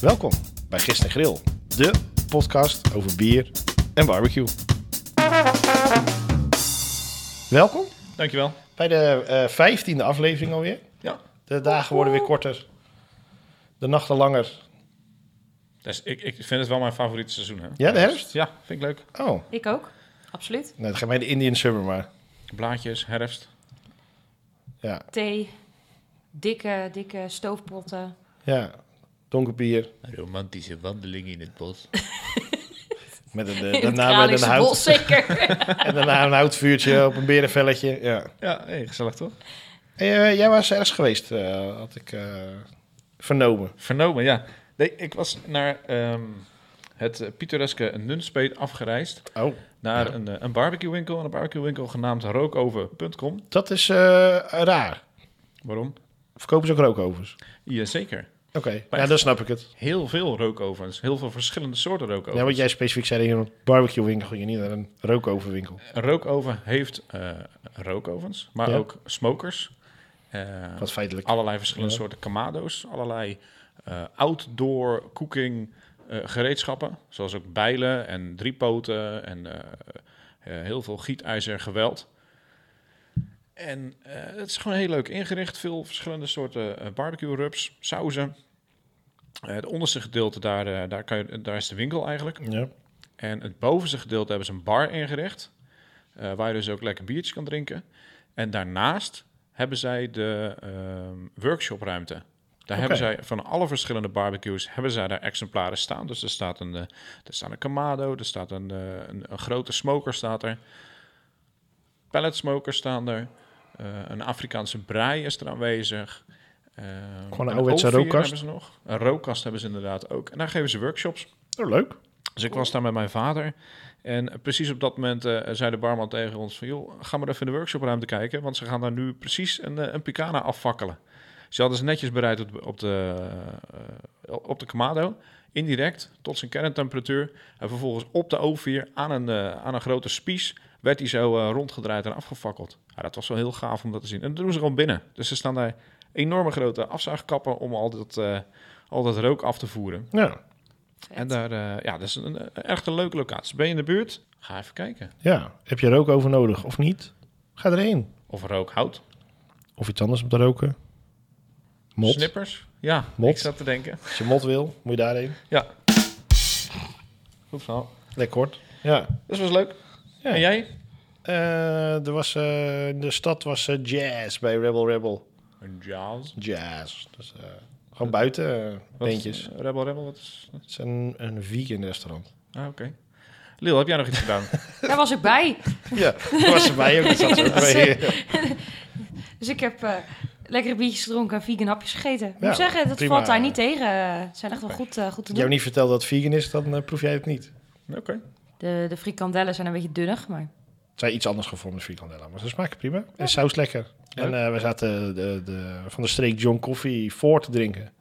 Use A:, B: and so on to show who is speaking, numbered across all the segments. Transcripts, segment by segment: A: Welkom bij Gist en Grill, de podcast over bier en barbecue. Welkom
B: Dankjewel.
A: bij de eh, vijftiende aflevering alweer.
B: Ja.
A: De dagen worden weer korter, de nachten langer.
B: Dus ik, ik vind het wel mijn favoriete seizoen. Hè?
A: Ja, de herfst?
B: Ja, vind ik leuk.
A: Oh,
C: Ik ook, absoluut.
A: nee, dan gaan wij de Indian Summer maar.
B: Blaadjes, herfst.
A: Ja,
C: Thee, dikke, dikke stoofpotten.
A: ja. donker bier
B: Romantische wandeling in het bos.
A: met een, eh,
C: In het
A: daarna met een
C: Kralingse bos
A: hout,
C: zeker.
A: en daarna een houtvuurtje op een berenvelletje. Ja.
B: Ja, hey, gezellig toch?
A: Eh, jij was ergens geweest, eh, had ik eh, vernomen.
B: Vernomen, ja. Nee, ik was naar ehm, het eh, pittoreske Nunspeet afgereisd.
A: Oh,
B: Naar
A: Ja.
B: een, eh, een barbecuewinkel. Een barbecuewinkel genaamd rookoven.com.
A: dat is eh, raar.
B: Waarom?
A: Verkopen ze ook rookovers?
B: Jazeker.
A: Oké, ja, dan snap ik het.
B: Heel veel rookovens. Heel veel verschillende soorten rookovens.
A: Ja, want jij specifiek zei in een barbecue winkel, ging je niet naar een rookoverwinkel.
B: Een rookoven heeft eh, rookovens, maar
A: Ja.
B: ook smokers. Eh,
A: Wat feitelijk.
B: Allerlei verschillende
A: Ja.
B: soorten kamado's, allerlei eh, outdoor cooking eh, gereedschappen, zoals ook bijlen en driepoten en eh, eh, heel veel gietijzer geweld. En eh, het is gewoon heel leuk ingericht, veel verschillende soorten eh, barbecue rubs, sauzen. Eh, het onderste gedeelte, daar, eh, daar, kan je, daar is de winkel eigenlijk.
A: Ja.
B: En het bovenste gedeelte hebben ze een bar ingericht. eh, waar je dus ook lekker biertje kan drinken. En daarnaast hebben zij de ehm, workshopruimte. Daar
A: Oké.
B: hebben zij van alle verschillende barbecues hebben zij daar exemplaren staan. Dus er staat een, eh, er staat een Kamado, er staat een, eh, een, een grote smoker staat er. Pallet smokers staan er. eh, een Afrikaanse braai is er aanwezig. eh,
A: een ouderwetse
B: oogvier
A: rookkast.
B: hebben ze nog. Een rookkast hebben ze inderdaad ook. En daar geven ze workshops.
A: Oh, leuk.
B: Dus ik was daar met mijn vader. En precies op dat moment eh, zei de barman tegen ons van... joh, ga maar even in de workshopruimte kijken... want ze gaan daar nu precies een, eh, een picana afvakkelen. Ze hadden ze netjes bereid op, de- op de, eh, op de Kamado. Indirect, tot zijn kerntemperatuur. En vervolgens op de oven aan een, eh, aan een grote spies... werd hij zo eh, rondgedraaid en afgefakkeld. Ja, dat was wel heel gaaf om dat te zien. En dat doen ze gewoon binnen. Dus er staan daar enorme grote afzuigkappen... om al dat, eh, al dat rook af te voeren.
A: Ja,
B: En daar, eh, ja, dat is een, eh, echt een leuke locatie. Ben je in de buurt? Ga even kijken.
A: ja. Heb je rookover nodig of niet? Ga erheen.
B: Of rookhout.
A: Of iets anders om te roken. Mot.
B: Snippers. Ja,
A: Mot.
B: ik zat te denken.
A: Als je mot wil, moet je daarheen.
B: Ja. Goed verhaal.
A: Lekker kort. Ja.
B: Dus was leuk.
A: Ja.
B: En jij?
A: Eh, er was, eh, in de stad was eh, jazz bij Rebel Rebel.
B: Een jazz.
A: Jazz. Dus, eh, gewoon buiten eh,
B: Wat-
A: beentjes.
B: Rebel Rebel, wat is...
A: Het is een, een vegan restaurant.
B: Ah, oké. Lil, heb jij nog iets gedaan?
C: Daar was ik bij.
A: Ja, dat was er mij ook. Dat zat er ook bij.
C: Dus ik heb eh, lekkere biertjes gedronken en vegan hapjes gegeten. Ik
A: Ja,
C: moet zeggen, dat
A: prima.
C: valt daar niet tegen. Het zijn echt wel goed, eh, goed te
A: Als jou
C: doen.
A: niet vertelt dat het vegan is, dan eh, proef jij het niet.
B: oké.
C: De, de frikandellen zijn een beetje dunnig, maar
A: Het zijn iets anders gevormd dan frikandellen, maar ze smaken prima. En saus lekker. En eh, we zaten de, de, van de streek John Coffee voor te drinken.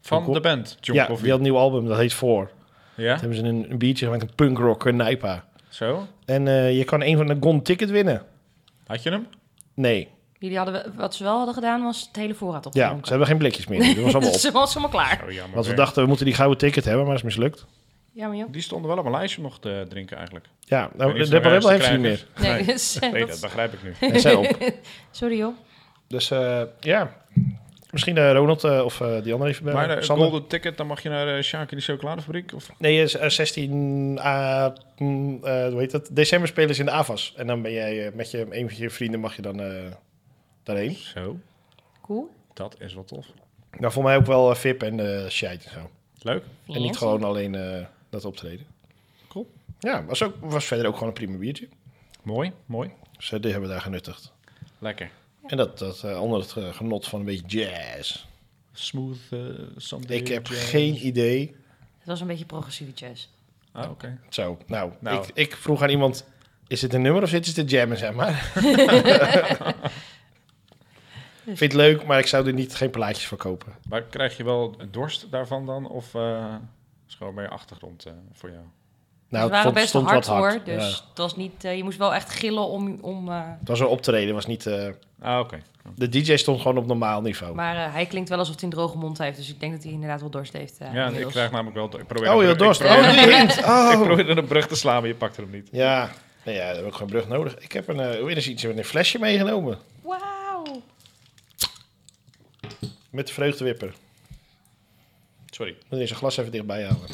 B: Van de band, John
A: ja,
B: Coffee.
A: die had een nieuw album, dat heet Voor.
B: Ja,
A: Toen hebben ze een, een biertje met een punkrock een nijpa.
B: zo.
A: En eh, je kan een van de Gon Ticket winnen.
B: Had je hem?
A: Nee,
C: jullie hadden, we- wat ze wel hadden gedaan was het hele voorraad
A: ja, ze
C: opgedronken.
A: hebben geen blikjes meer. Dat was allemaal op.
C: Ze was allemaal klaar.
B: Oh, jammer.
A: Want we
B: weer.
A: dachten, we moeten die gouden ticket hebben, maar dat is mislukt.
C: Jammer joh.
B: Die stonden wel op mijn lijstje om nog te drinken eigenlijk.
A: Ja, nou,
B: Ik weet
A: de
B: niet
A: Rebel
B: of er
A: Rebel heeft
B: ergens
A: ze niet
B: te
A: meer.
B: Nee.
C: Nee, dus, eh,
B: krijgen is. Nee, dat
C: dat-
B: begrijp ik nu.
A: En zij op.
C: Sorry joh.
A: Dus eh, ja, misschien eh, Ronald eh, of eh, die andere even bij.
B: Maar de
A: Sander.
B: golden ticket, dan mag je naar eh Sjaak in de chocoladefabriek? Of
A: Nee, je is, eh, 16, ah, mm, eh, hoe heet dat? December spelen ze in de AVAS. En dan ben jij eh, met je, een van je vrienden mag je dan eh, daarheen.
B: zo.
C: Cool.
B: Dat is wel tof.
A: Nou, voor mij ook wel eh, VIP en eh shite en zo.
B: Leuk.
A: En niet gewoon alleen eh, dat optreden.
B: Cool.
A: Ja, was, ook, was verder ook gewoon een prima biertje.
B: Mooi, mooi.
A: Dus eh, die hebben we daar genuttigd.
B: Lekker.
A: En dat, dat eh, onder het eh, genot van een beetje jazz.
B: Smooth eh Sunday
A: Ik heb
B: jazz.
A: geen idee.
C: Het was een beetje progressieve jazz.
B: Ah, oké.
A: Zo, nou,
B: Nou.
A: Ik, ik vroeg aan iemand... Is dit een nummer of zit het te jammen, zeg maar? Vind het leuk, maar ik zou er niet, geen plaatjes voor kopen.
B: Maar krijg je wel dorst daarvan dan? Of eh is gewoon meer achtergrond eh, voor jou?
A: Nou, het
C: Ze waren
A: stond,
C: best
A: stond
C: hard
A: wat hard.
C: hoor, dus
A: Ja.
C: het was niet, eh, je moest wel echt gillen om... om eh,
A: Het was een optreden, was niet... eh,
B: Ah, oké.
A: De DJ stond gewoon op normaal niveau.
C: Maar eh, hij klinkt wel alsof hij een droge mond heeft. Dus ik denk dat hij inderdaad wel dorst heeft. eh,
B: Ja, en ik
C: inmiddels.
B: krijg namelijk wel... Ik probeer
A: oh,
B: een
A: je
B: brug-
A: dorst.
B: Ik probeer,
A: Oh, die hint.
B: ik
A: Oh.
B: probeer er een brug te slaan, maar je pakt er hem niet.
A: Ja, nou ja, daar heb ik geen brug nodig. Ik heb een, eh, weer eens iets met een flesje meegenomen.
C: Wauw.
A: Met de vreugdewipper.
B: Sorry.
A: Moet je zijn glas even dichtbij halen.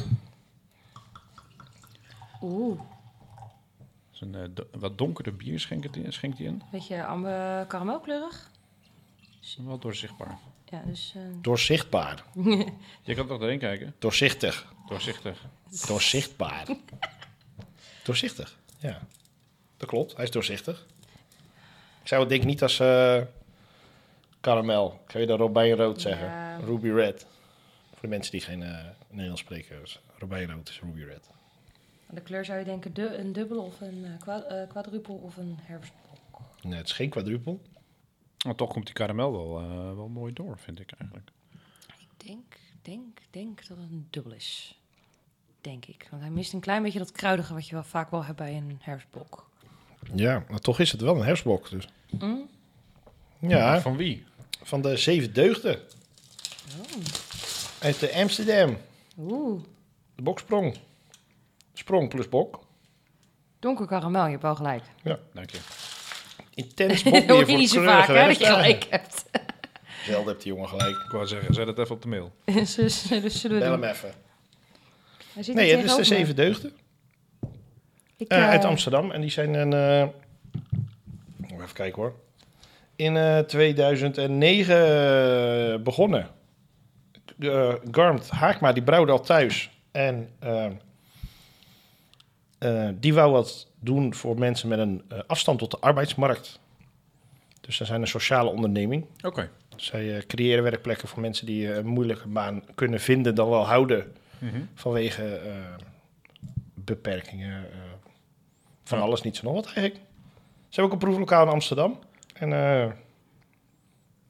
C: Oeh,
B: Het is een eh, do- wat donkerder bier schenkt hij schenkt hij in.
C: beetje amber karamelkleurig.
B: Het is wel doorzichtbaar.
C: Ja, dus... eh,
A: Doorzichtbaar.
B: Je kan toch doorheen kijken?
A: Doorzichtig.
B: Doorzichtig.
A: Doorzichtbaar. doorzichtig, ja. Dat klopt, hij is doorzichtig. Ik zou het denk ik niet als eh karamel. Ik zou je dan robijnrood zeggen.
C: Ja.
A: Ruby red. Voor de mensen die geen eh, Nederlands spreken. Dus robijnrood is ruby red.
C: aan de kleur zou je denken du- een dubbel of een eh, kwa- eh, quadrupel of een herfstblok.
A: Nee, eh, het is geen quadrupel.
B: Maar toch komt die karamel wel, eh, wel mooi door, vind ik eigenlijk.
C: Ik denk, denk, denk dat het een dubbel is. Denk ik. Want hij mist een klein beetje dat kruidige wat je wel vaak wel hebt bij een herfstblok.
A: Ja, maar toch is het wel een herfstblok. Dus. Ja,
B: Van wie?
A: van de zeven deugden. Uit de Amsterdam.
C: Oeh,
A: De boksprong. Sprong plus bok.
C: donker karamel, je hebt wel gelijk.
B: Dank je.
A: Intens
C: Dat
A: bokbier
C: hoor je
A: voor
C: niet zo
A: kleurige
C: vaak, hè, dat je
A: wedstrijden.
C: gelijk hebt.
A: Zelden hebt die jongen gelijk.
B: Ik wou zeggen, zet het even op de mail.
C: dus, dus zullen
A: Bel
C: we doen.
A: hem even.
C: Hij zit
A: Nee, dus
C: hier
A: het is de
C: tegenover me.
A: Zeven Deugden
C: Ik,
A: eh,
C: eh,
A: uit Amsterdam. En die zijn een... eh, moet Even kijken hoor. In eh, 2009 begonnen. Eh Garmt Haakma, die brouwde al thuis. En eh, eh, die wou wat doen voor mensen met een eh, afstand tot de arbeidsmarkt. Dus ze zijn een sociale onderneming.
B: Oké.
A: Zij eh, creëren werkplekken voor mensen die eh, een moeilijke baan kunnen vinden, dan wel houden
B: Mhm.
A: vanwege eh, beperkingen. eh, van
B: Ja.
A: alles, niets en nog wat eigenlijk. Ze hebben ook een proeflokaal in Amsterdam. En eh,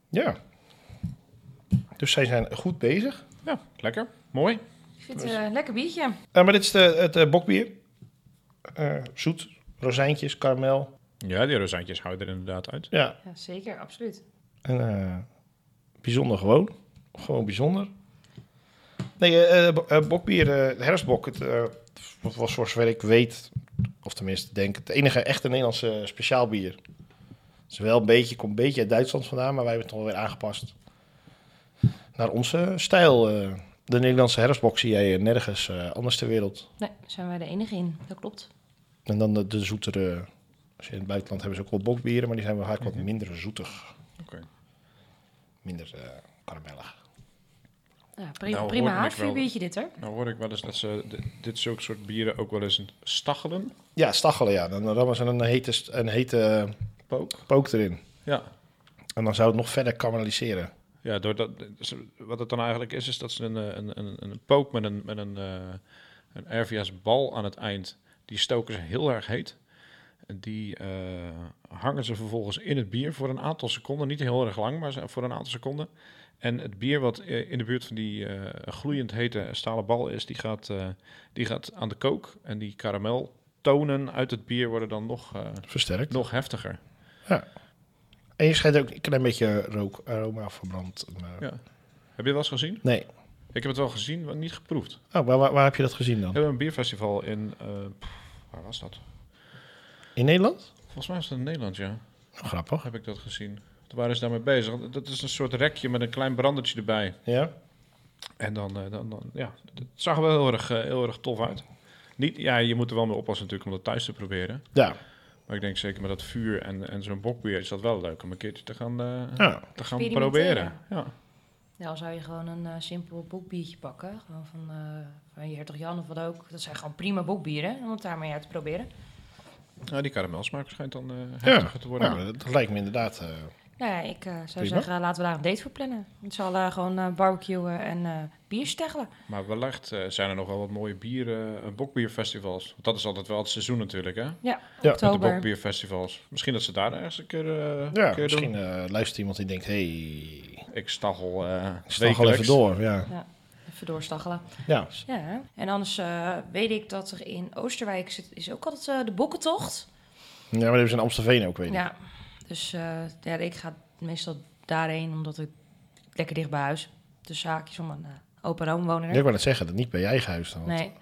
A: ja. Dus zij zijn goed bezig.
B: Ja, lekker. Mooi.
C: ik vind het eh, een lekker biertje.
A: Eh, maar dit is de, het eh, bokbier. Eh, zoet, rozijntjes, karamel.
B: Ja, die rozijntjes houden er inderdaad uit.
A: Ja,
C: Ja, zeker, absoluut.
A: En, eh, bijzonder gewoon. Gewoon bijzonder. Nee, eh, eh, bo- eh, bokbier, eh, de herfstbok, het, eh, wat was voor zover ik weet, of tenminste denk, het enige echte Nederlandse speciaal bier. Het is wel een beetje, komt een beetje uit Duitsland vandaan, maar wij hebben het alweer aangepast naar onze stijl. eh. de Nederlandse herfstbok zie jij eh, nergens eh, anders ter wereld.
C: Nee, daar zijn wij de enige in. Dat klopt.
A: En dan de, de zoetere, als je in het buitenland hebben ze ook wel bokbieren, maar die zijn wel vaak wat minder zoetig,
B: Mhm. Oké.
A: minder eh, karamellig.
C: Ja, prima
B: Nou, hoort
C: prima
B: me
C: haardvuur
B: wel.
C: biertje dit hoor.
B: Nou hoor ik wel eens dat ze di- dit zulke soort bieren ook wel eens staggelen.
A: Ja, stachelen, ja. Dan rammen ze een hete, st- een hete eh,
B: Pook.
A: pook erin.
B: Ja.
A: En dan zou het nog verder karamelliseren.
B: Ja, doordat, ze- wat het dan eigenlijk is, is dat ze een, eh, een, een, een pook met een, met een, eh, een RVS bal aan het eind, die stoken ze heel erg heet. En Die eh, hangen ze vervolgens in het bier voor een aantal seconden, niet heel erg lang, maar ze- voor een aantal seconden. En het bier wat eh, in de buurt van die eh, gloeiend hete stalen bal is, die gaat, eh, die gaat aan de kook. En die karameltonen uit het bier worden dan nog, eh,
A: Versterkt.
B: nog heftiger.
A: En je schijnt ook een klein beetje rook, aroma verbrand. maar-
B: Ja. Heb je dat wel eens gezien?
A: Nee.
B: Ik heb het wel gezien, maar niet geproefd.
A: Oh, maar waar, waar heb je dat gezien dan?
B: We hebben een bierfestival in. eh, pff, waar was dat?
A: In Nederland?
B: Volgens mij was het in Nederland, ja.
A: Oh, grappig.
B: Heb ik dat gezien. Toen waren ze daarmee bezig. Dat is een soort rekje met een klein brandertje erbij.
A: Ja.
B: En dan, eh, dan, dan ja, het zag er wel heel erg, eh, heel erg tof uit. Niet, ja, je moet er wel mee oppassen natuurlijk om dat thuis te proberen.
A: Ja.
B: Maar ik denk zeker met dat vuur en, en zo'n bokbier is dat wel leuk om een keertje te gaan, eh,
A: ja.
B: te gaan
C: Experimenteren.
B: proberen. Ja.
C: Nou, zou je gewoon een eh, simpel bokbiertje pakken. Gewoon van, eh van je hertog Jan of wat ook. Dat zijn gewoon prima bokbieren om het daarmee uit te proberen.
B: Nou, die karamelsmaak schijnt dan eh heftiger
A: ja.
B: te worden.
A: Nou, dat lijkt me inderdaad. eh,
C: Nou ja, ik eh, zou
A: Prima.
C: zeggen, laten we daar een date voor plannen. Het zal eh, gewoon eh barbecuen en eh bier steggelen.
B: Maar wellicht eh, zijn er nog wel wat mooie bieren, eh, bokbierfestivals. Want dat is altijd wel het seizoen natuurlijk, hè?
C: Ja,
A: Ja,
B: Met de
C: oktober.
B: bokbierfestivals. Misschien dat ze daar ergens een keer, eh, een
A: ja,
B: keer
A: misschien
B: doen.
A: eh, luistert iemand die denkt: hé, hey,
B: Ik staggel eh
A: ik stag al
B: wekelijks.
A: even door. Ja.
C: Even doorstaggelen.
A: ja.
C: Ja, hè. en anders eh, weet ik dat er in Oosterwijk zit, is ook altijd eh, de bokkentocht.
A: Ja, maar dat hebben ze in Amstelveen ook, weet ik.
C: Ja, dus eh, ja, ik ga meestal daarheen, omdat ik lekker dicht bij huis. De zaakjes om een eh, open oom wonen. er.
A: Ik wou net zeggen, dat niet bij je eigen huis dan. want
C: nee,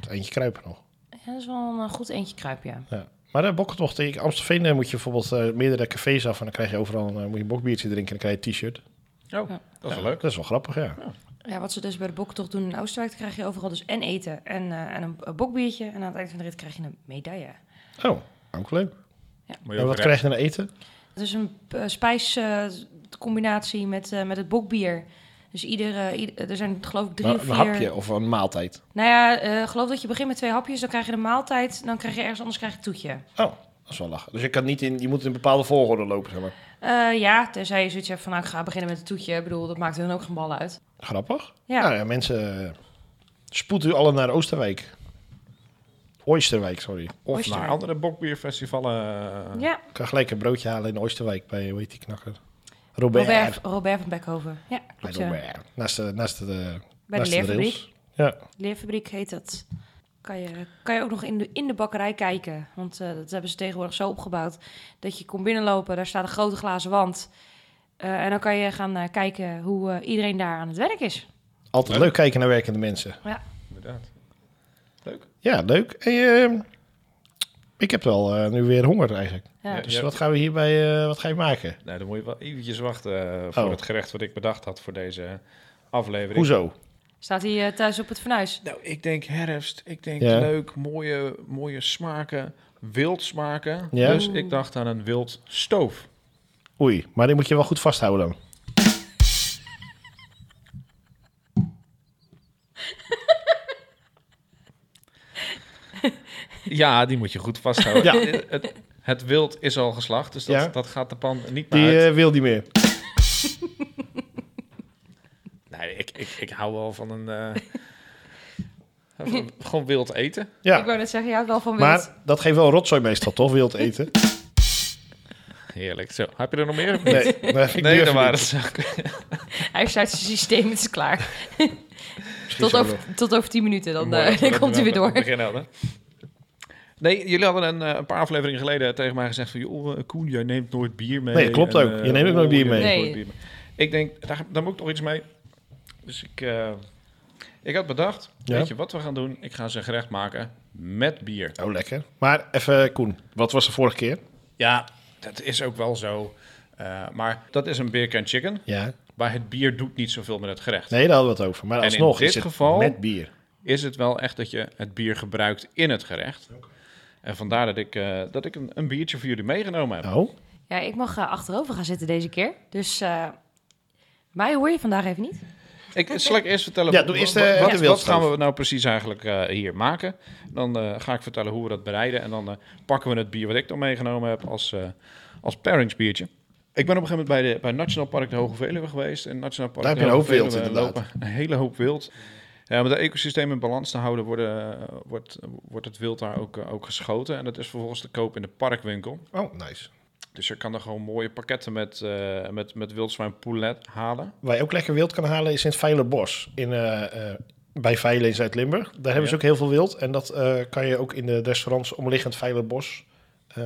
A: Het eentje kruipen nog.
C: ja, dat is wel een eh, goed eentje kruipen, ja.
A: Ja. Maar de bokkentocht, in Amstelveen eh, moet je bijvoorbeeld eh, meerdere cafés af en dan krijg je overal een, eh, moet je een bokbiertje drinken en dan krijg je een t-shirt.
B: Oh,
C: Ja.
B: dat is
A: Ja,
B: wel leuk.
A: Dat is wel grappig, ja.
C: Ja, wat ze dus bij de boktocht doen in Oostenrijk, dan krijg je overal dus en eten en, eh, en een, een bokbiertje. En aan het eind van de rit krijg je een medaille.
A: Oh, ook leuk.
B: Maar je
A: En
B: ook
A: wat
B: recht-
A: krijg je dan eten?
C: Het is een eh, spijscombinatie met, eh, met het bokbier. Dus iedere, ieder- er zijn geloof ik drie
A: Nou,
C: of
A: een
C: vier...
A: hapje of een maaltijd.
C: Nou ja, eh, geloof dat je begint met twee hapjes, dan krijg je de maaltijd, dan krijg je ergens anders krijg je een toetje.
A: Oh, dat is wel lachen. Dus je, kan niet in, je moet in een bepaalde volgorde lopen, zeg maar.
C: Eh, ja, tenzij je zoiets hebt van, nou, ik ga beginnen met een toetje. Ik bedoel, dat maakt hun ook geen ballen uit.
A: Grappig.
C: Ja.
A: Nou ja, mensen, eh, spoed u allen naar Oosterwijk. Oosterwijk, sorry.
B: Of
C: Oyster.
B: naar andere eh, bokbierfestivalen.
C: Ja,
A: Ik kan gelijk een broodje halen in Oosterwijk bij, hoe heet die knakker? Robert.
C: Robert, Robert van Beckhoven. Ja,
A: Bij
C: klopt, ja.
A: Robert. Naast de, naast de,
C: Bij de
A: naast
C: leerfabriek.
A: rails. Ja.
C: Leerfabriek heet dat. Kan je, kan je ook nog in de, in de bakkerij kijken. Want eh, dat hebben ze tegenwoordig zo opgebouwd. Dat je kon binnenlopen, daar staat een grote glazen wand. Eh, en dan kan je gaan eh, kijken hoe eh, iedereen daar aan het werk is.
A: Altijd leuk kijken naar werkende mensen.
B: Inderdaad. Leuk.
A: Ja, leuk. En, eh, ik heb wel eh, nu weer honger eigenlijk.
C: Ja.
B: Ja.
A: Dus wat gaan we hierbij eh, wat ga je maken?
B: Nou, dan moet je wel eventjes wachten eh, voor
A: Oh.
B: het gerecht wat ik bedacht had voor deze aflevering.
A: Hoezo?
C: Staat hij eh, thuis op het fornuis?
B: Nou, ik denk herfst. Ik denk
A: Ja.
B: leuk, mooie, mooie smaken, wild smaken.
A: Ja.
B: Dus ik dacht aan een wild stoof.
A: Oei, maar die moet je wel goed vasthouden dan.
B: Ja, die moet je goed vasthouden.
A: Ja.
B: Het, het, het wild is al geslacht, dus dat,
A: Ja.
B: dat gaat de pan niet meer
A: Die
B: uit.
A: eh, wil niet meer.
B: Nee, ik, ik, ik hou wel van een... eh, van- gewoon wild eten.
C: Ik
A: Ja,
C: wou net zeggen, ja, wel van wild.
A: maar dat geeft wel rotzooi meestal, toch? Wild eten.
B: Heerlijk. Zo, heb je er nog meer? of niet?
A: Nee, nee, ik
B: Nee,
A: durf
B: dat
A: niet.
B: waren het zaken.
C: Hij is uit zijn systeem, het is klaar.
A: Misschien
C: Tot
A: zo
C: over, tot over tien minuten, dan,
B: Mooi
C: eh,
B: dat we
C: dan
B: dat
C: komt hij weer
B: aan het
C: door.
B: begin hadden. Nee, jullie hadden een, eh, een paar afleveringen geleden tegen mij gezegd van... joh, eh, Koen, jij neemt nooit bier mee.
A: Nee, klopt ook.
B: eh,
A: Je neemt ook
B: oh,
A: nooit bier
B: je
A: mee.
B: neemt
C: Nee.
B: nooit bier mee. Ik denk, daar, daar moet ik toch iets mee. Dus ik, eh, ik had bedacht,
A: Ja.
B: weet je wat we gaan doen? Ik ga ze een gerecht maken met bier.
A: Oh, lekker. Maar even, eh, Koen, wat was de vorige keer?
B: Ja, dat is ook wel zo. Eh, maar dat is een beer can chicken.
A: Ja.
B: Maar het bier doet niet zoveel met het gerecht.
A: Nee, daar hadden we het over. Maar
B: En in
A: alsnog
B: dit
A: is het
B: geval-
A: met bier.
B: is het wel echt dat je het bier gebruikt in het gerecht. En vandaar dat ik, eh, dat ik een, een biertje voor jullie meegenomen heb.
A: Oh,
C: Ja, ik mag eh, achterover gaan zitten deze keer. Dus eh, mij hoor je vandaag even niet.
B: Ik, zal ik eerst vertellen,
A: Ja, doe eerst,
B: wat,
A: eh,
B: wat-
A: de
B: wat
A: wildstoof.
B: gaan we nou precies eigenlijk eh, hier maken? Dan eh, ga ik vertellen hoe we dat bereiden. En dan eh, pakken we het bier wat ik dan meegenomen heb als, eh als pairingsbiertje. Ik ben op een gegeven moment bij, de, bij Nationaal Park de Hoge Veluwe geweest. En Nationaal Park
A: Daar
B: de
A: heb je een
B: Hoge
A: hoop wild,
B: Veluwe
A: inderdaad.
B: lopen Een hele hoop wild. Ja, om het ecosysteem in balans te houden, worden, eh, wordt, wordt het wild daar ook, eh, ook geschoten. En dat is vervolgens te koop in de parkwinkel.
A: oh nice.
B: Dus je kan er gewoon mooie pakketten met, eh met, met wildzwijn poulet halen.
A: Waar je ook lekker wild kan halen is in het Veilerbos. In, eh, eh, bij Veilen in Zuid-Limburg. Daar hebben ze
B: Ja.
A: ook heel veel wild. En dat eh, kan je ook in de restaurants omliggend Veilerbos. eh,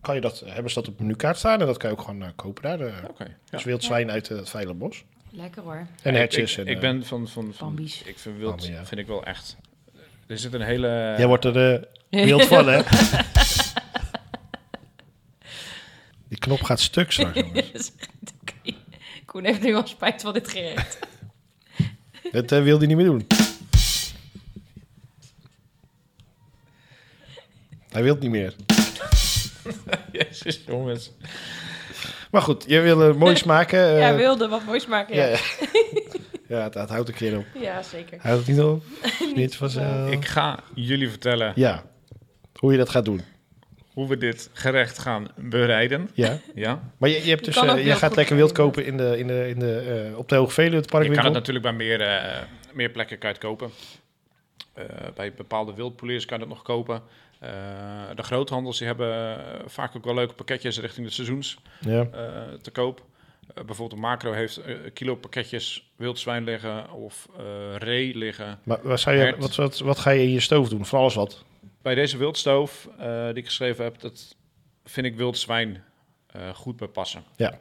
A: kan je dat, hebben ze dat op menukaart staan. En dat kan je ook gewoon eh, kopen daar. eh,
B: Oké. ja.
A: Dus wild zwijn uit eh, het Veilerbos.
C: Lekker hoor.
A: En
B: Ja, ik-
A: hertjes.
B: Ik,
A: en,
B: ik
A: eh,
B: ben van, van, van
C: Bambies.
B: ik vind wild,
A: Bambi, ja.
B: vind ik wel echt. Er zit een hele.
A: Jij wordt er eh, wild van, hè? Die knop gaat stuk straks, jongens.
C: Dat is echt oké. Koen heeft nu wel spijt van dit gerecht.
A: Dat eh, wil hij niet meer doen. Hij wil het niet meer.
B: Jezus, jongens.
A: Maar goed, jij wil eh, mooi smaken. eh,
C: ja, wilde wat moois maken.
A: Ja,
C: Ja,
A: ja. ja het, het houdt een keer op.
C: ja zeker.
A: Houdt het niet op? Niet vanzelf.
B: Ik ga jullie vertellen
A: Ja, hoe je dat gaat doen.
B: hoe we dit gerecht gaan bereiden.
A: Ja.
B: Ja.
A: Maar je, je, hebt dus,
C: kan
A: eh,
C: ook
A: je
C: wild
A: gaat
C: goed
A: lekker wild
C: vinden.
A: kopen in de, in de, in de, eh, op de Hoge Veluwe, het
B: Je kan
A: parkwinkel.
B: het natuurlijk bij meer, eh, meer plekken kan je het kopen. Eh, bij bepaalde wildpoeliers kan je dat nog kopen. Eh, de groothandels die hebben eh, vaak ook wel leuke pakketjes richting de seizoens.
A: Ja.
B: eh, te koop. Eh, bijvoorbeeld de macro heeft eh, kilo pakketjes wildzwijn liggen of eh ree liggen.
A: Maar wat, zou je,
B: Hert.
A: wat, wat, wat ga je in je stoof doen? Van alles wat.
B: Bij deze wildstoof eh, die ik geschreven heb, dat vind ik wildzwijn eh goed bij passen.
A: Ja.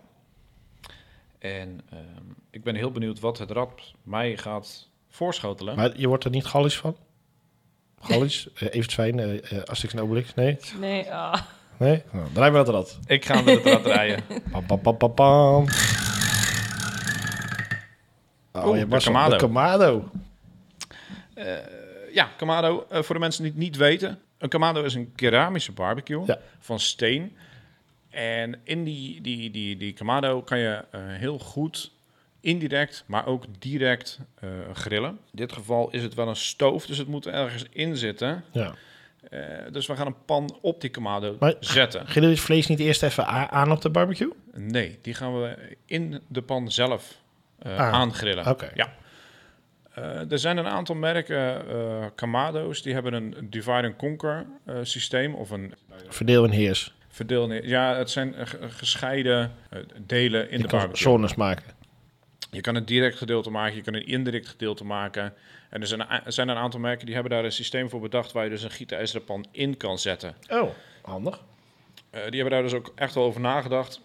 B: En ehm, ik ben heel benieuwd wat het rad mij gaat voorschotelen.
A: Maar je wordt er niet gallisch van? Gallisch, eh, even fijn, eh eh, Asterix en Obelix, nee?
C: Nee, ah.
A: Nee? Nou, draaien we dat rad.
B: Ik ga met het rad rijden.
A: Pam, pam, pam, pam, pam. Oh,
B: Oeh,
A: je
B: de
A: was al-
B: Kamado.
A: De Kamado.
B: ja, Kamado. eh, voor de mensen die het niet weten. Een Kamado is een keramische barbecue
A: Ja.
B: van steen. En in die, die, die, die Kamado kan je eh, heel goed indirect, maar ook direct eh, grillen. In dit geval is het wel een stoof, dus het moet ergens in zitten.
A: Ja.
B: Eh, dus we gaan een pan op die Kamado
A: Maar-
B: zetten.
A: Ging het vlees niet eerst even a- aan op de barbecue?
B: Nee, die gaan we in de pan zelf eh,
A: Ah,
B: aangrillen.
A: oké.
B: Ja. Eh, er zijn een aantal merken, eh Kamado's, die hebben een divide and conquer eh, systeem of een
A: Verdeel en heers.
B: verdeel. Ja, het zijn eh, ge- gescheiden eh, delen in
A: Je
B: de
A: kan
B: barbecue.
A: zones maken.
B: Je kan een direct gedeelte maken, je kan een indirect gedeelte maken. En er zijn, a- er zijn een aantal merken die hebben daar een systeem voor bedacht waar je dus een gietijzeren pan in kan zetten.
A: Oh, handig.
B: Eh, die hebben daar dus ook echt wel over nagedacht.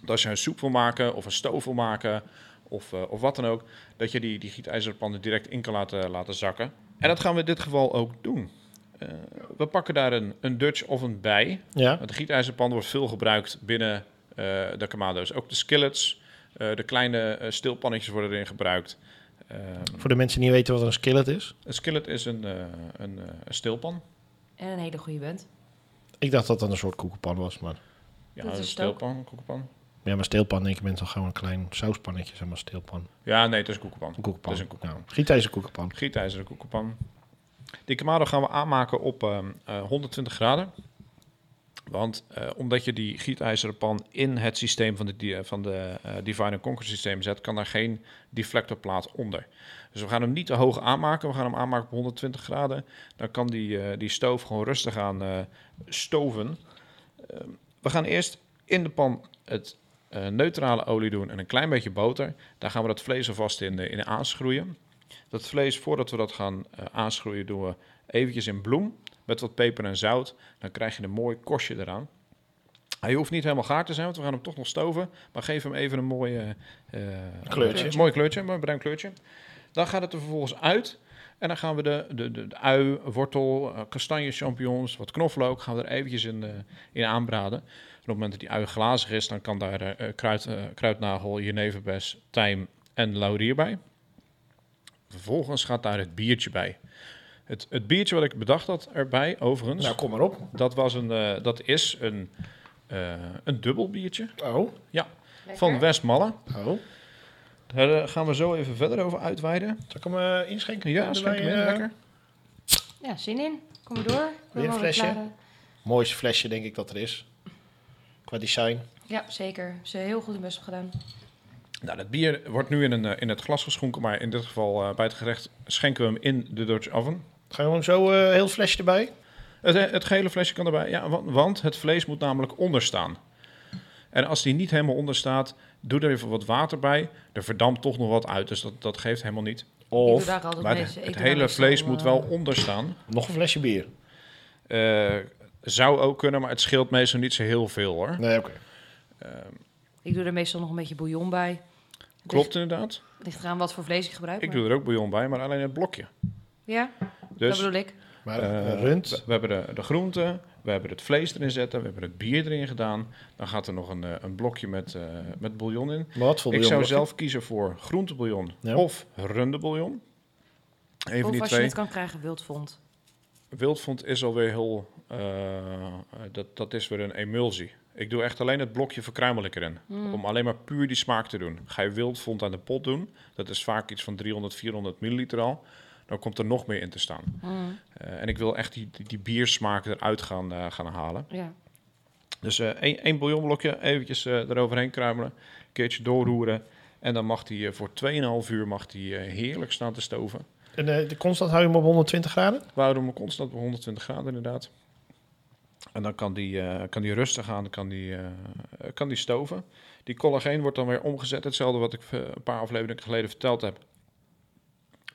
B: Dat als je een soep wil maken of een stoof wil maken of, eh, of wat dan ook, dat je die, die gietijzerpannen direct in kan laten, laten zakken. En dat gaan we in dit geval ook doen. Eh, we pakken daar een, een Dutch oven bij.
A: Ja.
B: Want de gietijzerpan wordt veel gebruikt binnen eh, de Kamado's. Ook de skillets, eh, de kleine eh, stilpannetjes worden erin gebruikt. Eh,
A: Voor de mensen die niet weten wat een skillet is.
B: een skillet is een, eh, een, eh, een stilpan.
C: En een hele goede band.
A: Ik dacht dat dat een soort koekenpan was, maar...
B: Ja,
C: Dat is
B: een
C: het
B: stilpan, een koekenpan.
A: Ja, maar steelpan denk je mensen gewoon een klein sauspannetje, zeg maar steelpan.
B: Ja, nee, het is een koekenpan.
A: Een koekenpan.
B: Dat is een koekenpan.
A: Nou, Gietijzer koekenpan.
B: gietijzeren koekenpan. Die kamado gaan we aanmaken op ehm, eh, 120 graden. Want eh, omdat je die gietijzeren pan in het systeem van de, di- eh, van de eh, Divide and Conquer systeem zet, kan daar geen deflectorplaat onder. Dus we gaan hem niet te hoog aanmaken. We gaan hem aanmaken op 120 graden. Dan kan die, eh, die stoof gewoon rustig aan eh, stoven. Ehm, we gaan eerst in de pan het eh, neutrale olie doen en een klein beetje boter. Daar gaan we dat vlees alvast in, eh, in aanschroeien. Dat vlees, voordat we dat gaan eh, aanschroeien, doen we eventjes in bloem met wat peper en zout. Dan krijg je een mooi korstje eraan. Hij hoeft niet helemaal gaar te zijn, want we gaan hem toch nog stoven. Maar geef hem even een mooie, eh,
A: Kleurtje.
B: een mooi kleurtje, een mooi bruin kleurtje. Dan gaat het er vervolgens uit. En dan gaan we de, de, de, de ui, wortel, eh, kastanje, champignons, wat knoflook, gaan we er eventjes in, eh, in aanbraden. En op het moment dat die ui glazig is, dan kan daar eh, eh, kruid, eh, kruidnagel, jeneverbes, tijm en laurier bij. Vervolgens gaat daar het biertje bij. Het, het biertje wat ik bedacht had erbij, overigens,
A: Nou, kom maar op.
B: dat, was een, eh, dat is een, eh, een dubbel biertje
A: Oh,
B: van Westmalle.
A: oh.
B: Daar eh, gaan we zo even verder over uitweiden.
A: Zal ik hem eh, inschenken?
B: Ja,
A: Erbij,
B: schenk hem in,
A: eh,
B: lekker.
C: Ja, zin in. Kom maar door. Ik wil
A: Weer een
C: wel
A: flesje?
C: klaren.
A: Mooiste flesje denk ik dat er is. Qua design.
C: Ja, zeker. Ze hebben heel goed hun best op gedaan.
B: Nou, dat bier wordt nu in, een, eh, in het glas geschonken, maar in dit geval eh, bij het gerecht schenken we hem in de Dutch oven.
A: Ga je gewoon zo eh, heel het flesje erbij?
B: Het, eh, het gele flesje kan erbij, ja, want, want het vlees moet namelijk onderstaan. En als die niet helemaal onder staat, doe er even wat water bij. Er verdampt toch nog wat uit, dus dat, dat geeft helemaal niet.
C: ik doe
A: Of
C: daar altijd
B: Maar
C: mee.
B: het,
C: Ik
B: het
C: doe daar
B: hele
C: meestal,
B: vlees moet
C: eh,
B: wel onderstaan.
A: nog een flesje bier?
B: Eh zou ook kunnen, maar het scheelt meestal niet zo heel veel hoor.
A: Nee, oké.
C: Ik doe er meestal nog een beetje bouillon bij.
B: Klopt inderdaad.
C: Ligt eraan wat voor vlees ik gebruik.
B: Ik
C: maar-
B: doe er ook bouillon bij, maar alleen het blokje.
C: Ja, dat
B: Dus
C: bedoel ik.
A: Maar
B: Eh,
A: eh, rund.
B: We, we hebben de, de groenten, we hebben het vlees erin zetten, we hebben het bier erin gedaan. Dan gaat er nog een, eh, een blokje met, eh, met bouillon in.
A: Maar wat voor
B: Ik zou
A: bouillon?
B: zelf kiezen voor groentebouillon
A: Ja.
B: of rundebouillon. Even
C: of
B: die
C: als
B: twee.
C: je het kan krijgen, wild vond.
B: Wildvond is alweer heel... eh, dat, dat is weer een emulsie. Ik doe echt alleen het blokje verkruimel ik erin.
C: Hmm.
B: Om alleen maar puur die smaak te doen. Ga je wildvond aan de pot doen, dat is vaak iets van 300, 400 milliliter al. Dan komt er nog meer in te staan.
C: Mm,
B: Eh, en ik wil echt die, die, die biersmaak eruit gaan, eh, gaan halen.
C: Ja.
B: Dus eh, één, één bouillonblokje eventjes eh, eroverheen kruimelen. Een keertje doorroeren. En dan mag die eh, voor 2,5 uur mag die, eh, heerlijk staan te stoven.
A: En, eh, de constant hou je hem op 120 graden?
B: We houden hem constant bij 120 graden inderdaad. En dan kan die, eh, kan die rustig aan, kan die, eh, kan die stoven. Die collageen wordt dan weer omgezet. Hetzelfde wat ik eh, een paar afleveringen geleden verteld heb.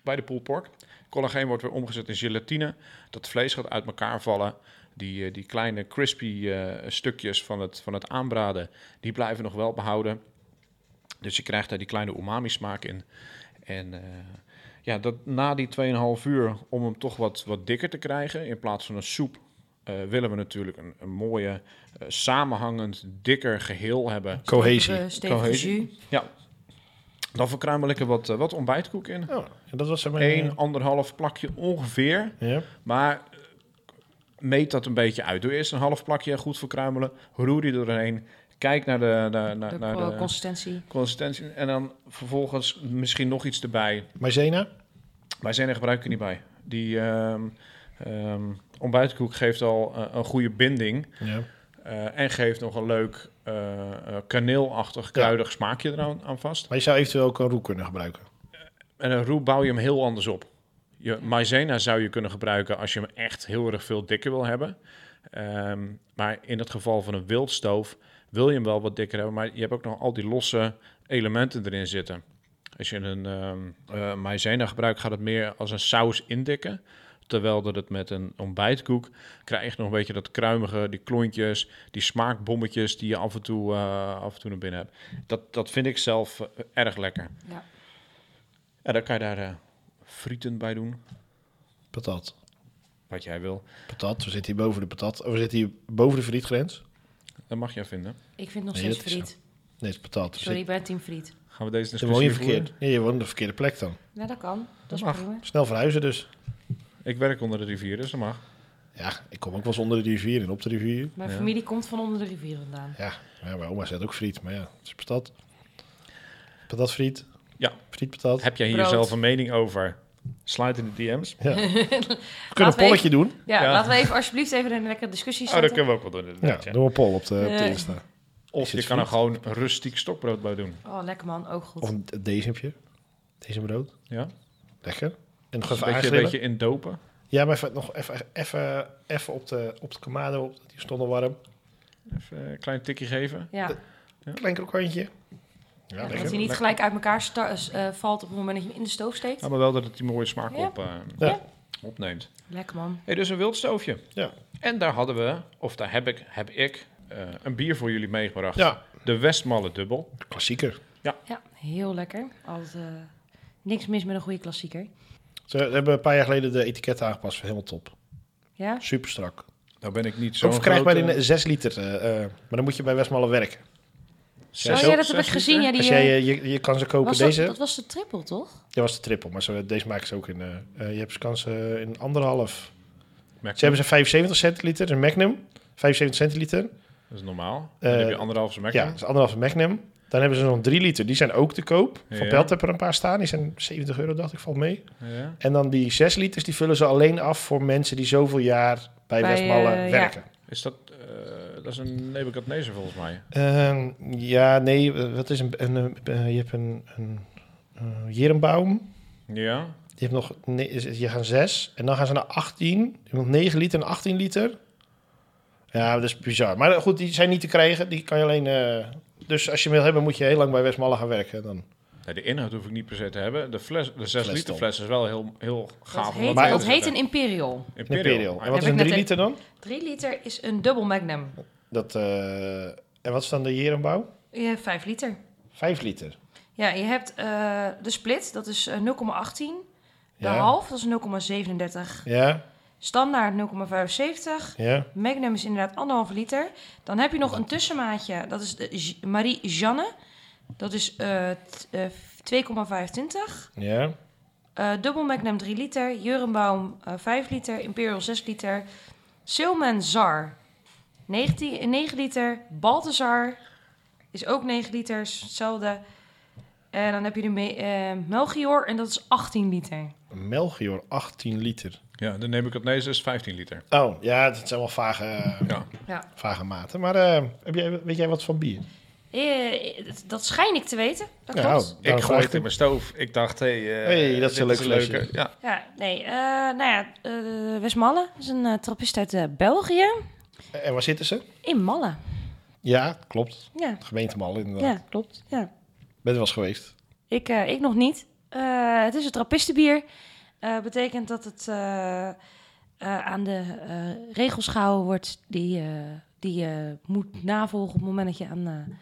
B: Bij de pulled pork. Collageen wordt weer omgezet in gelatine. Dat vlees gaat uit elkaar vallen. Die, eh, die kleine crispy eh, stukjes van het, van het aanbraden, die blijven nog wel behouden. Dus je krijgt daar die kleine umami smaak in. En eh, ja, dat na die 2,5 uur om hem toch wat, wat dikker te krijgen in plaats van een soep. eh, willen we natuurlijk een, een mooie, eh, samenhangend, dikker geheel hebben.
A: Cohesie.
C: Eh, stevige
B: Cohesie.
C: jus.
B: Dan verkruimel ik er wat, eh, wat ontbijtkoek in.
A: Oh, en dat was zeg maar...
B: Eén, anderhalf plakje ongeveer.
A: Ja.
B: Maar eh, meet dat een beetje uit. Doe eerst een half plakje goed verkruimelen. Roer die doorheen. Kijk naar de, naar, naar,
C: De
B: naar
C: co-
B: de
C: consistentie.
B: consistentie. En dan vervolgens misschien nog iets erbij.
A: Maizena?
B: Wij zijn er gebruiken niet bij. Die ehm ehm, ontbijtkoek geeft al eh, een goede binding.
A: Ja.
B: eh, en geeft nog een leuk eh, eh, kaneelachtig, kruidig smaakje eraan aan vast.
A: Maar je zou eventueel ook een roe kunnen gebruiken.
B: En een roe bouw je hem heel anders op. Je maizena zou je kunnen gebruiken als je hem echt heel erg veel dikker wil hebben. Ehm, maar in het geval van een wildstoof wil je hem wel wat dikker hebben. Maar je hebt ook nog al die losse elementen erin zitten. Als je een ehm eh, maizena gebruikt, gaat het meer als een saus indikken. Terwijl dat het met een ontbijtkoek krijg je nog een beetje dat kruimige, die klontjes, die smaakbommetjes die je af en toe, eh, af en toe naar binnen hebt. Dat, dat vind ik zelf eh, erg lekker.
C: Ja.
B: En dan kan je daar eh, frieten bij doen,
A: Patat.
B: wat jij wil.
A: Patat. We zitten hier boven de patat. Oh, we zitten hier boven de frietgrens.
B: Dat mag jij vinden.
C: Ik vind nog
A: Nee,
C: steeds
A: dat is zo.
C: friet.
A: Nee, het is patat. We
C: Sorry,
A: zitten-
C: ik ben team friet.
B: Gaan we deze
A: Dan woon je
B: discussie
A: verkeerd. Nee, je woont op de verkeerde plek dan.
C: Nou, dat kan. Dat is
B: mag.
C: prima.
A: Snel verhuizen dus.
B: voeren? Ik werk onder de rivier, dus dat mag.
A: Ja, ik kom ook wel eens onder de rivier en op de rivier.
C: Mijn
B: Ja.
C: familie komt van onder de rivier vandaan.
A: Ja, ja mijn oma zet ook friet, maar ja, het is patat. Patatfriet.
B: Ja.
A: Frietpatat.
B: Heb jij hier
C: Brood.
B: zelf een mening over? Sluit in de DM's.
A: Ja. We kunnen een
C: Laten we
A: polletje doen.
C: Ja,
B: Ja.
C: laten we even alsjeblieft even een lekkere discussie
B: Oh, dat
C: starten.
B: kunnen we ook wel doen. inderdaad,
A: Ja,
B: ja.
A: doen we een poll op de, op de
C: Nee.
A: Insta.
B: Of
A: Is het
B: je kan er
A: friet?
B: gewoon een rustiek stokbrood bij doen.
C: Oh, lekker man, ook goed.
A: Of een dezempje. Dezembrood.
B: Ja?
A: Lekker. En nog
B: Dus Een
A: even
B: beetje, een
A: aangrillen.
B: beetje indopen.
A: Ja, maar even, nog even, even, even op, de, op de kamado. Die stond al warm.
B: Even een klein tikje geven.
C: Ja,
A: Klein krokantje. Ja,
C: Ja, dat
A: lekker.
C: hij niet
B: Lekker.
C: gelijk uit elkaar sta- eh, s- eh, valt op het moment dat je hem in de stoof steekt.
B: Ja, maar wel dat het die mooie smaak
C: Ja.
B: op, eh,
A: Ja.
B: opneemt.
C: Lekker man.
B: Hey, dus een wildstoofje.
A: Ja.
B: En daar hadden we, of daar heb ik, heb ik eh, een bier voor jullie meegebracht.
A: ja,
B: De Westmalle Dubbel.
A: klassieker.
C: Ja, heel lekker. Altijd, eh, niks mis met een goede klassieker.
A: Ze hebben een paar jaar geleden de etiketten aangepast. Helemaal top.
C: Ja?
A: Super strak.
B: Nou ben ik niet zo
A: Ook verkrijgbaar in 6 liter. eh, eh, maar dan moet je bij Westmalle werken. Ja,
C: oh
A: zo-
C: ja, dat heb ik gezien. Ja, die,
A: Als jij,
C: eh,
A: eh, je, je kan ze kopen.
C: was dat,
A: deze
C: dat was de triple, toch?
A: ja, was de triple, maar ze, deze maken ze ook in... eh, eh, je hebt ze kans eh, in anderhalf. Ze hebben ze 75 centiliter, een Magnum. 75 centiliter.
B: Dat is normaal.
A: Eh,
B: Dan heb je anderhalve mekker.
A: Ja, dat is anderhalve Magnum. Dan hebben ze nog 3 liter. Die zijn ook te koop. Van
B: Ja.
A: Pelt heb er een paar staan. Die zijn 70 euro, dacht ik, valt mee.
B: Ja.
A: En dan die 6 liters, die vullen ze alleen af voor mensen die zoveel jaar bij,
C: Bij,
A: Westmalle
C: eh, ja.
A: werken.
B: Is dat, eh, dat is een Nebuchadnezzar volgens mij.
A: Ehm, ja, nee, eh, wat is een... een, eh, eh, je hebt een... een eh, Jerenbaum.
B: Ja.
A: Die heeft nog... ne- is- is- je gaan 6. En dan gaan ze naar 18. Je hebt nog 9 liter en 18 liter. Ja, dat is bizar. Maar eh, goed, die zijn niet te krijgen. Die kan je alleen... eh, dus als je hem wil hebben, moet je heel lang bij Westmalle gaan werken. Dan.
B: Nee, de inhoud hoef ik niet per se te hebben. De, fles, de 6
A: Fles
B: liter
A: dan.
B: fles is wel heel, heel gaaf.
C: Dat
B: om
C: heet,
B: wat in
A: Maar-
B: te
C: dat heet een
B: zetten.
C: imperial.
A: Imperial.
B: Imperial.
A: En wat is
C: Heb
A: een
C: ik
A: 3
C: net
A: liter dan?
C: 3 liter is een dubbel magnum.
A: Dat, eh, en wat is dan de Jerenbouw?
C: Ja, 5 liter.
A: 5 liter.
C: Ja, je hebt eh, de split, dat is eh, 0,18. De
A: Ja.
C: half, dat is 0,37.
A: Ja,
C: Standaard 0,75.
A: ja.
C: Magnum is inderdaad anderhalf liter. Dan heb je nog een tussenmaatje. Dat is de J- Marie Jeanne. Dat is eh, t- eh, 2,25.
A: Ja,
C: Eh dubbel Magnum 3 liter. Jurenbaum eh 5 liter. Imperial 6 liter. Silman Zar 19, eh, 9 liter. Baltazar is ook 9 liter. Hetzelfde. En dan heb je de Me- eh, Melchior en dat is 18 liter.
A: Melchior, 18 liter.
B: Ja, de Nebuchadnezzar is 15 liter.
A: Oh, ja, dat zijn wel vage, eh,
B: Ja.
C: Ja.
A: vage maten. Maar eh, heb jij, weet jij wat van bier?
C: Eh, dat- dat schijn ik te weten. Dat
A: Ja,
C: klopt.
A: oh, daarom
B: Ik
A: vraag
B: gooi het in mijn stoof. Ik dacht, hé, hey, eh,
A: Hey, dat is een leuk flesje.
B: leuke. Ja.
C: Ja, nee. eh, nou ja, eh Westmalle is een eh, trappist uit eh, België.
A: En waar zitten ze?
C: In Malle.
A: Ja, klopt.
C: Ja,
A: Gemeentemal, inderdaad.
C: ja klopt. Ja.
A: Ben er wel eens geweest.
C: Ik, eh, ik nog niet. Eh, het is een trappistenbier. Eh betekent dat het eh, eh, aan de eh, regels gehouden wordt die, eh, die je moet navolgen op het moment dat je aan eh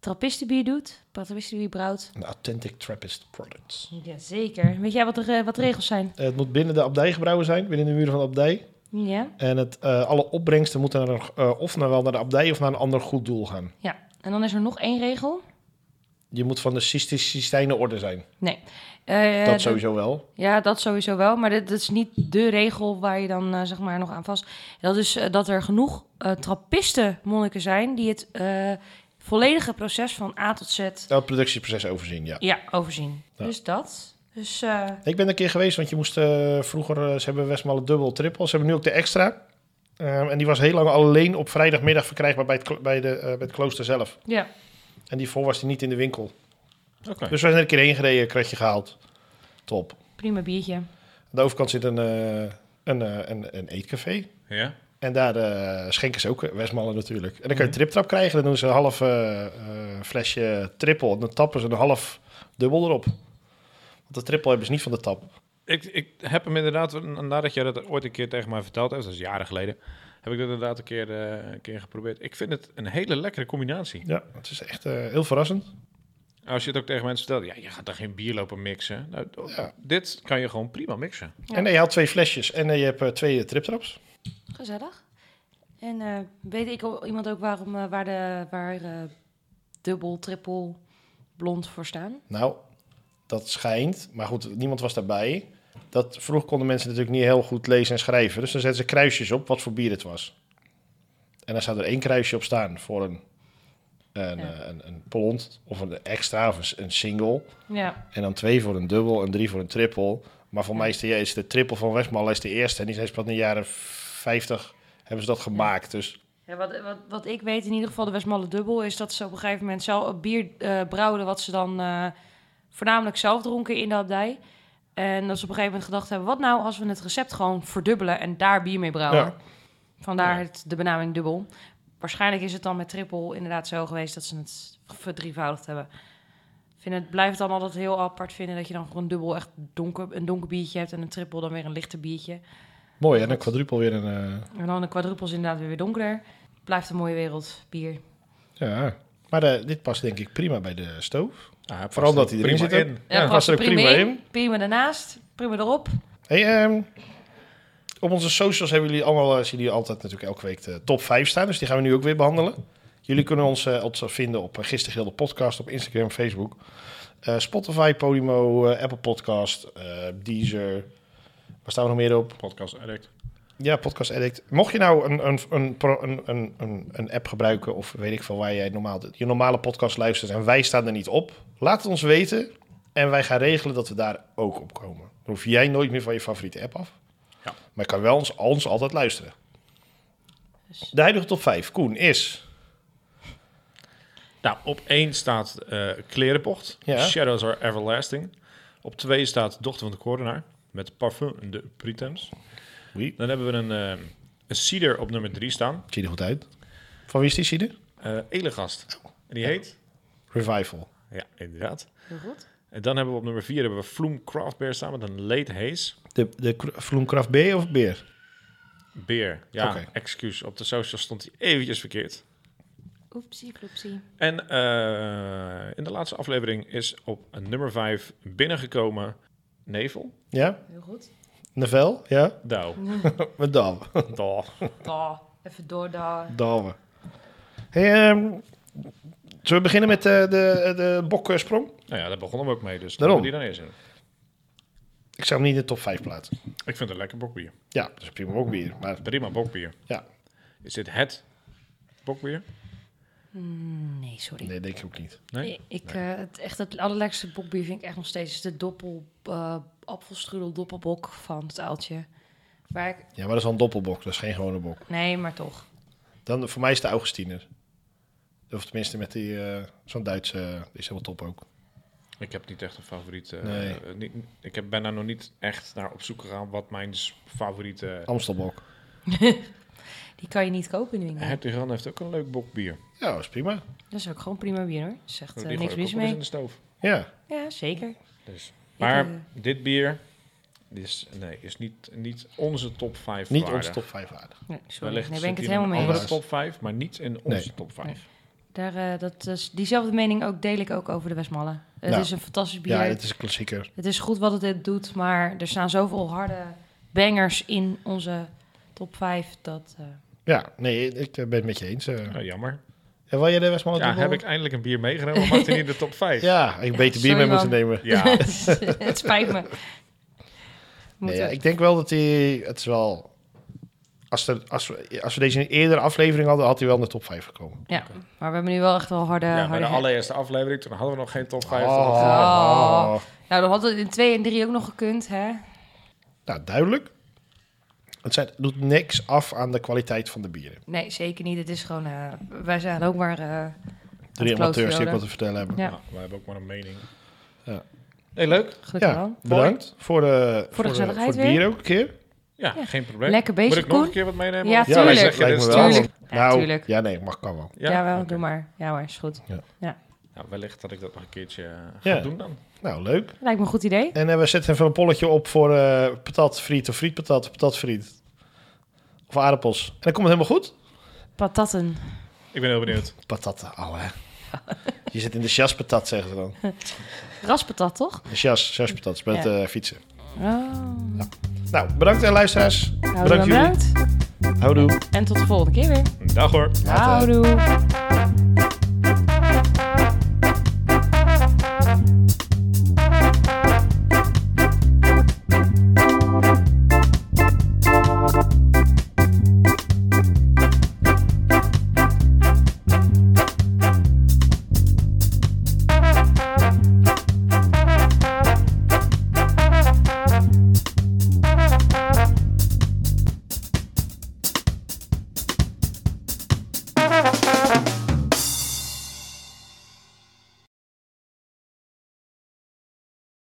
C: Trappistenbier doet. Trappistenbier brouwt.
A: Een Authentic Trappist Products.
C: Jazeker. Weet jij wat de, wat de regels zijn?
A: Het moet binnen de abdij gebrouwen zijn, binnen de muren van de abdij.
C: Ja.
A: En het, eh, alle opbrengsten moeten naar, een- eh, of naar, wel naar de abdij of naar een ander goed doel gaan.
C: Ja. En dan is er nog één regel.
A: Je moet van de Sistine orde zijn.
C: Nee. Eh,
A: dat
C: de-
A: sowieso wel.
C: Ja, dat sowieso wel. Maar dit, dat is niet de regel waar je dan eh, zeg maar nog aan vast. Dat is eh, dat er genoeg eh trappisten monniken zijn die het eh, volledige proces van A tot Z
A: Dat productieproces overzien, ja.
C: ja, overzien.
A: Ja.
C: Dus dat. Dus eh,
A: Ik ben er een keer geweest, want je moest eh, vroeger... eh, ze hebben Westmalle dubbel, triple. Ze hebben nu ook de extra. Ehm, en die was heel lang alleen op vrijdagmiddag verkrijgbaar bij het, klo- bij, de, eh, bij het klooster zelf.
C: ja.
A: En die voor was die niet in de winkel.
B: Oké.
A: Dus we zijn er een keer heen gereden, een kratje gehaald. Top.
C: Prima biertje.
A: Aan de overkant zit een, eh, een, eh, een, een eetcafé.
B: Ja.
A: En daar eh, schenken ze ook eh, Westmalle natuurlijk. En dan kun je triptrap krijgen. Dan doen ze een half eh, eh, flesje triple. En dan tappen ze een half dubbel erop. Want de triple hebben ze niet van de tap.
B: Ik, ik heb hem inderdaad, nadat jij dat ooit een keer tegen mij verteld hebt, dat is jaren geleden, heb ik dat inderdaad een keer, eh, een keer geprobeerd. Ik vind het een hele lekkere combinatie.
A: Ja, het is echt eh, heel verrassend.
B: Als je het ook tegen mensen vertelt, ja, je gaat daar geen bier lopen mixen. Nou, d-
A: Ja.
B: Dit kan je gewoon prima mixen.
C: Ja.
A: En eh, je haalt twee flesjes en eh, je hebt eh, twee eh, triptraps.
C: Gezellig. En eh, weet ik o- iemand ook waarom eh, waar de waar eh, dubbel, triple, blond voor staan?
A: Nou, dat schijnt. Maar goed, niemand was daarbij. Dat, vroeger konden mensen natuurlijk niet heel goed lezen en schrijven. Dus dan zetten ze kruisjes op wat voor bier het was. En dan zou er één kruisje op staan voor een, een,
C: Ja.
A: eh, een, een blond of een extra of een s- een single.
C: Ja.
A: En dan twee voor een dubbel en drie voor een triple. Maar voor
C: Ja.
A: mij is de, is de triple van Westmalle is de eerste. En die zijn pas in de jaren 50 hebben ze dat gemaakt. Dus
C: Ja, wat, wat, wat ik weet in ieder geval, de Westmalle dubbel, is dat ze op een gegeven moment zelf een bier eh, brouwden wat ze dan eh, voornamelijk zelf dronken in de abdij. En dat ze op een gegeven moment gedacht hebben, wat nou als we het recept gewoon verdubbelen en daar bier mee brouwen.
A: Ja.
C: Vandaar
B: Ja.
C: het, de benaming dubbel. Waarschijnlijk is het dan met triple inderdaad zo geweest dat ze het verdrievoudigd hebben. Ik Vind het, blijf het dan altijd heel apart vinden dat je dan voor een dubbel echt donker, een donker biertje hebt en een triple dan weer een lichter biertje.
A: mooi. En een quadruple weer een... eh,
C: En dan de quadruples inderdaad weer weer donkerder. Blijft een mooie wereld, bier.
A: ja. Maar eh, dit past denk ik prima bij de stoof.
B: Ah, hij past
A: Vooral dat
B: er
A: hij erin
B: prima
A: zit
B: in.
C: Ja,
A: Ja,
C: past
A: was
C: er prima, in.
A: in.
C: Prima daarnaast. Prima erop.
A: Hey, ehm, op onze socials hebben jullie allemaal, eh, zien jullie altijd natuurlijk elke week de top 5 staan. Dus die gaan we nu ook weer behandelen. Jullie kunnen ons, eh, ons vinden op eh, Gisteren Gilde Podcast, op Instagram, Facebook, eh, Spotify, Podimo, eh, Apple Podcast, eh, Deezer. Waar staan we nog meer op?
B: Podcast Addict.
A: Ja, Podcast Addict. Mocht je nou een, een, een, pro- een, een, een, een app gebruiken of weet ik veel waar jij normaal je normale podcast luistert en wij staan er niet op, laat het ons weten en wij gaan regelen dat we daar ook op komen. Dan hoef jij nooit meer van je favoriete app af.
B: Ja.
A: Maar je kan wel ons, ons altijd luisteren.
C: Dus-
A: De huidige top 5, Koen, is...
B: Nou, op één staat eh Klerenpocht,
A: Ja.
B: Shadows Are Everlasting. Op twee staat Dochter van de Koordenaar, met Parfum de Pretems.
A: Wie?
B: Dan hebben we een, eh een cider op nummer drie staan,
A: Zie je er goed uit? Van wie is die cider?
B: eh Elegast.
A: Oh.
B: En die heet?
A: Revival.
B: Ja, inderdaad.
C: Heel goed.
B: En dan hebben we op nummer 4 hebben we Vloem Craft Beer staan met een late haze
A: De, de Kro- Vloemkraft B of Beer?
B: beer. Ja,
A: Oké.
B: excuus. Op de social stond hij eventjes verkeerd.
C: Oepsie, floepsie.
B: En eh, in de laatste aflevering is op nummer 5 binnengekomen Nevel.
A: Ja?
C: Heel goed.
A: Nevel? Ja?
B: Nou,
A: Met Dam.
B: daar.
C: Daar. Even door daar.
A: Dalwe. Hey, ehm, zullen we beginnen met de, de, de boksprong?
B: Nou ja, daar begonnen we ook mee, dus
A: Daarom.
B: laten we die dan eens in.
A: Ik zou hem niet in de top 5 plaatsen.
B: Ik vind het een lekker bokbier.
A: Ja, dat is prima ook weer. Maar
B: Prima bokbier.
A: ja,
B: Is dit het bokbier?
C: Nee, sorry.
A: nee, denk ik ook niet.
B: Nee?
C: Ik, eh, het, echt het allerlekste bokbier vind ik echt nog steeds is de doppel, eh appelstrudel doppelbok van het uiltje. Waar ik,
A: Ja, maar dat is wel een doppelbok. Dat is geen gewone bok.
C: nee, maar toch.
A: Dan, voor mij is de Augustiner. Of tenminste met die, eh, zo'n Duitse, eh, die is helemaal top ook.
B: Ik heb niet echt een favoriet. eh,
A: Nee.
B: eh, niet, ik heb, ben daar nog niet echt naar op zoek gegaan wat mijn s- favoriete...
A: Amstelbok.
C: Die kan je niet kopen in de
A: Oh.
C: winkel.
B: Hertogan heeft ook een leuk bokbier.
A: Ja, dat is prima.
C: Dat is ook gewoon prima bier hoor. Zegt
B: Die
C: eh,
B: gooi ik
C: niks
B: ook
C: mis
B: wel eens
C: mee.
B: in de stoof.
A: Ja,
C: Ja, zeker.
B: Dus. Maar
C: eh,
B: dit bier is, nee, is niet, niet onze top 5
A: niet onze top 5 waardig.
C: Nee, sorry.
B: Wellicht
C: Nee, ben ik het
B: zit hier
C: helemaal
B: een
C: mee
B: andere
C: eens.
B: top 5, maar niet in onze
A: Nee.
B: top 5.
C: Daar, eh, dat is, diezelfde mening ook, deel ik ook over de Westmalle. Het
A: Nou,
C: is een fantastisch bier.
A: Ja,
C: het...
A: het is een klassieker.
C: is goed wat het dit doet, maar er staan zoveel harde bangers in onze top 5. Dat, eh,
A: Ja, nee, ik eh, ben het met je eens. eh.
B: Nou, jammer.
A: En wil jij de Westmalle
B: Ja,
A: doen,
B: heb
A: Bob?
B: ik eindelijk een bier meegenomen, maar het is niet in de top 5.
A: Ja, ik beter bier
C: sorry,
A: mee
C: man.
A: moeten nemen.
B: Ja.
C: het spijt me.
A: Nee,
C: Moeten
A: ja,
C: we-
A: ik denk wel dat hij... Het is wel... Als, er, als, we, als we deze in een eerdere aflevering hadden, had hij wel in de top 5 gekomen.
C: ja, maar we hebben nu wel echt wel harde...
B: Ja, bij
C: harde
B: de allereerste aflevering, toen hadden we nog geen top 5.
A: Oh.
C: Oh. Nou, dan had het in 2 en 3 ook nog gekund, hè?
A: Nou, duidelijk. Het zijn, doet niks af aan de kwaliteit van de bieren.
C: Nee, zeker niet. Het is gewoon... eh, wij zijn ook maar... eh, aan het
A: Drie amateurs die
C: klootjoden.
A: ook wat te vertellen hebben.
C: Ja.
B: Ja. nou, wij hebben ook maar een mening.
A: Ja.
B: Nee, leuk.
C: Gelukkig
A: Ja,
C: wel.
A: bedankt voor de,
C: gezelligheid
A: voor het bier ook een keer.
B: Ja,
C: Ja. geen
B: geen probleem.
C: Lekker bezig,
B: Moet ik nog
C: Koen.
B: een keer wat meenemen?
C: Ja,
B: Of
A: Ja,
C: tuurlijk.
B: zeg
A: lijkt,
B: je
A: lijkt
B: dit
A: me wel.
B: zelf?
C: Tuurlijk. Ja,
A: Nou,
C: tuurlijk.
A: ja, nee, mag kan wel.
C: Ja, wel,
B: dus Oké.
C: doe maar. Ja hoor, is goed.
B: Nou, wellicht dat ik dat nog een keertje eh, ga
A: Ja.
B: doen dan.
A: Nou, leuk.
C: Lijkt me een goed idee.
A: En eh, we zetten even een polletje op voor eh, patat, friet of frietpatat, patat, friet. Of aardappels. En dan komt het helemaal goed.
C: Patatten.
B: Ik ben heel benieuwd.
A: Patat, ouwe. hè. Je zit in de chaspatat, zeggen ze dan.
C: Raspatat, toch?
A: De chas, chaspatat, met
C: Ja.
A: eh, fietsen.
C: Oh.
A: Nou, bedankt eh, luisteraars.
C: Nou,
A: Bedankt
C: bedankt.
A: jullie. Houdoe.
C: En tot de volgende keer weer.
B: Dag hoor.
A: Later.
C: Houdoe.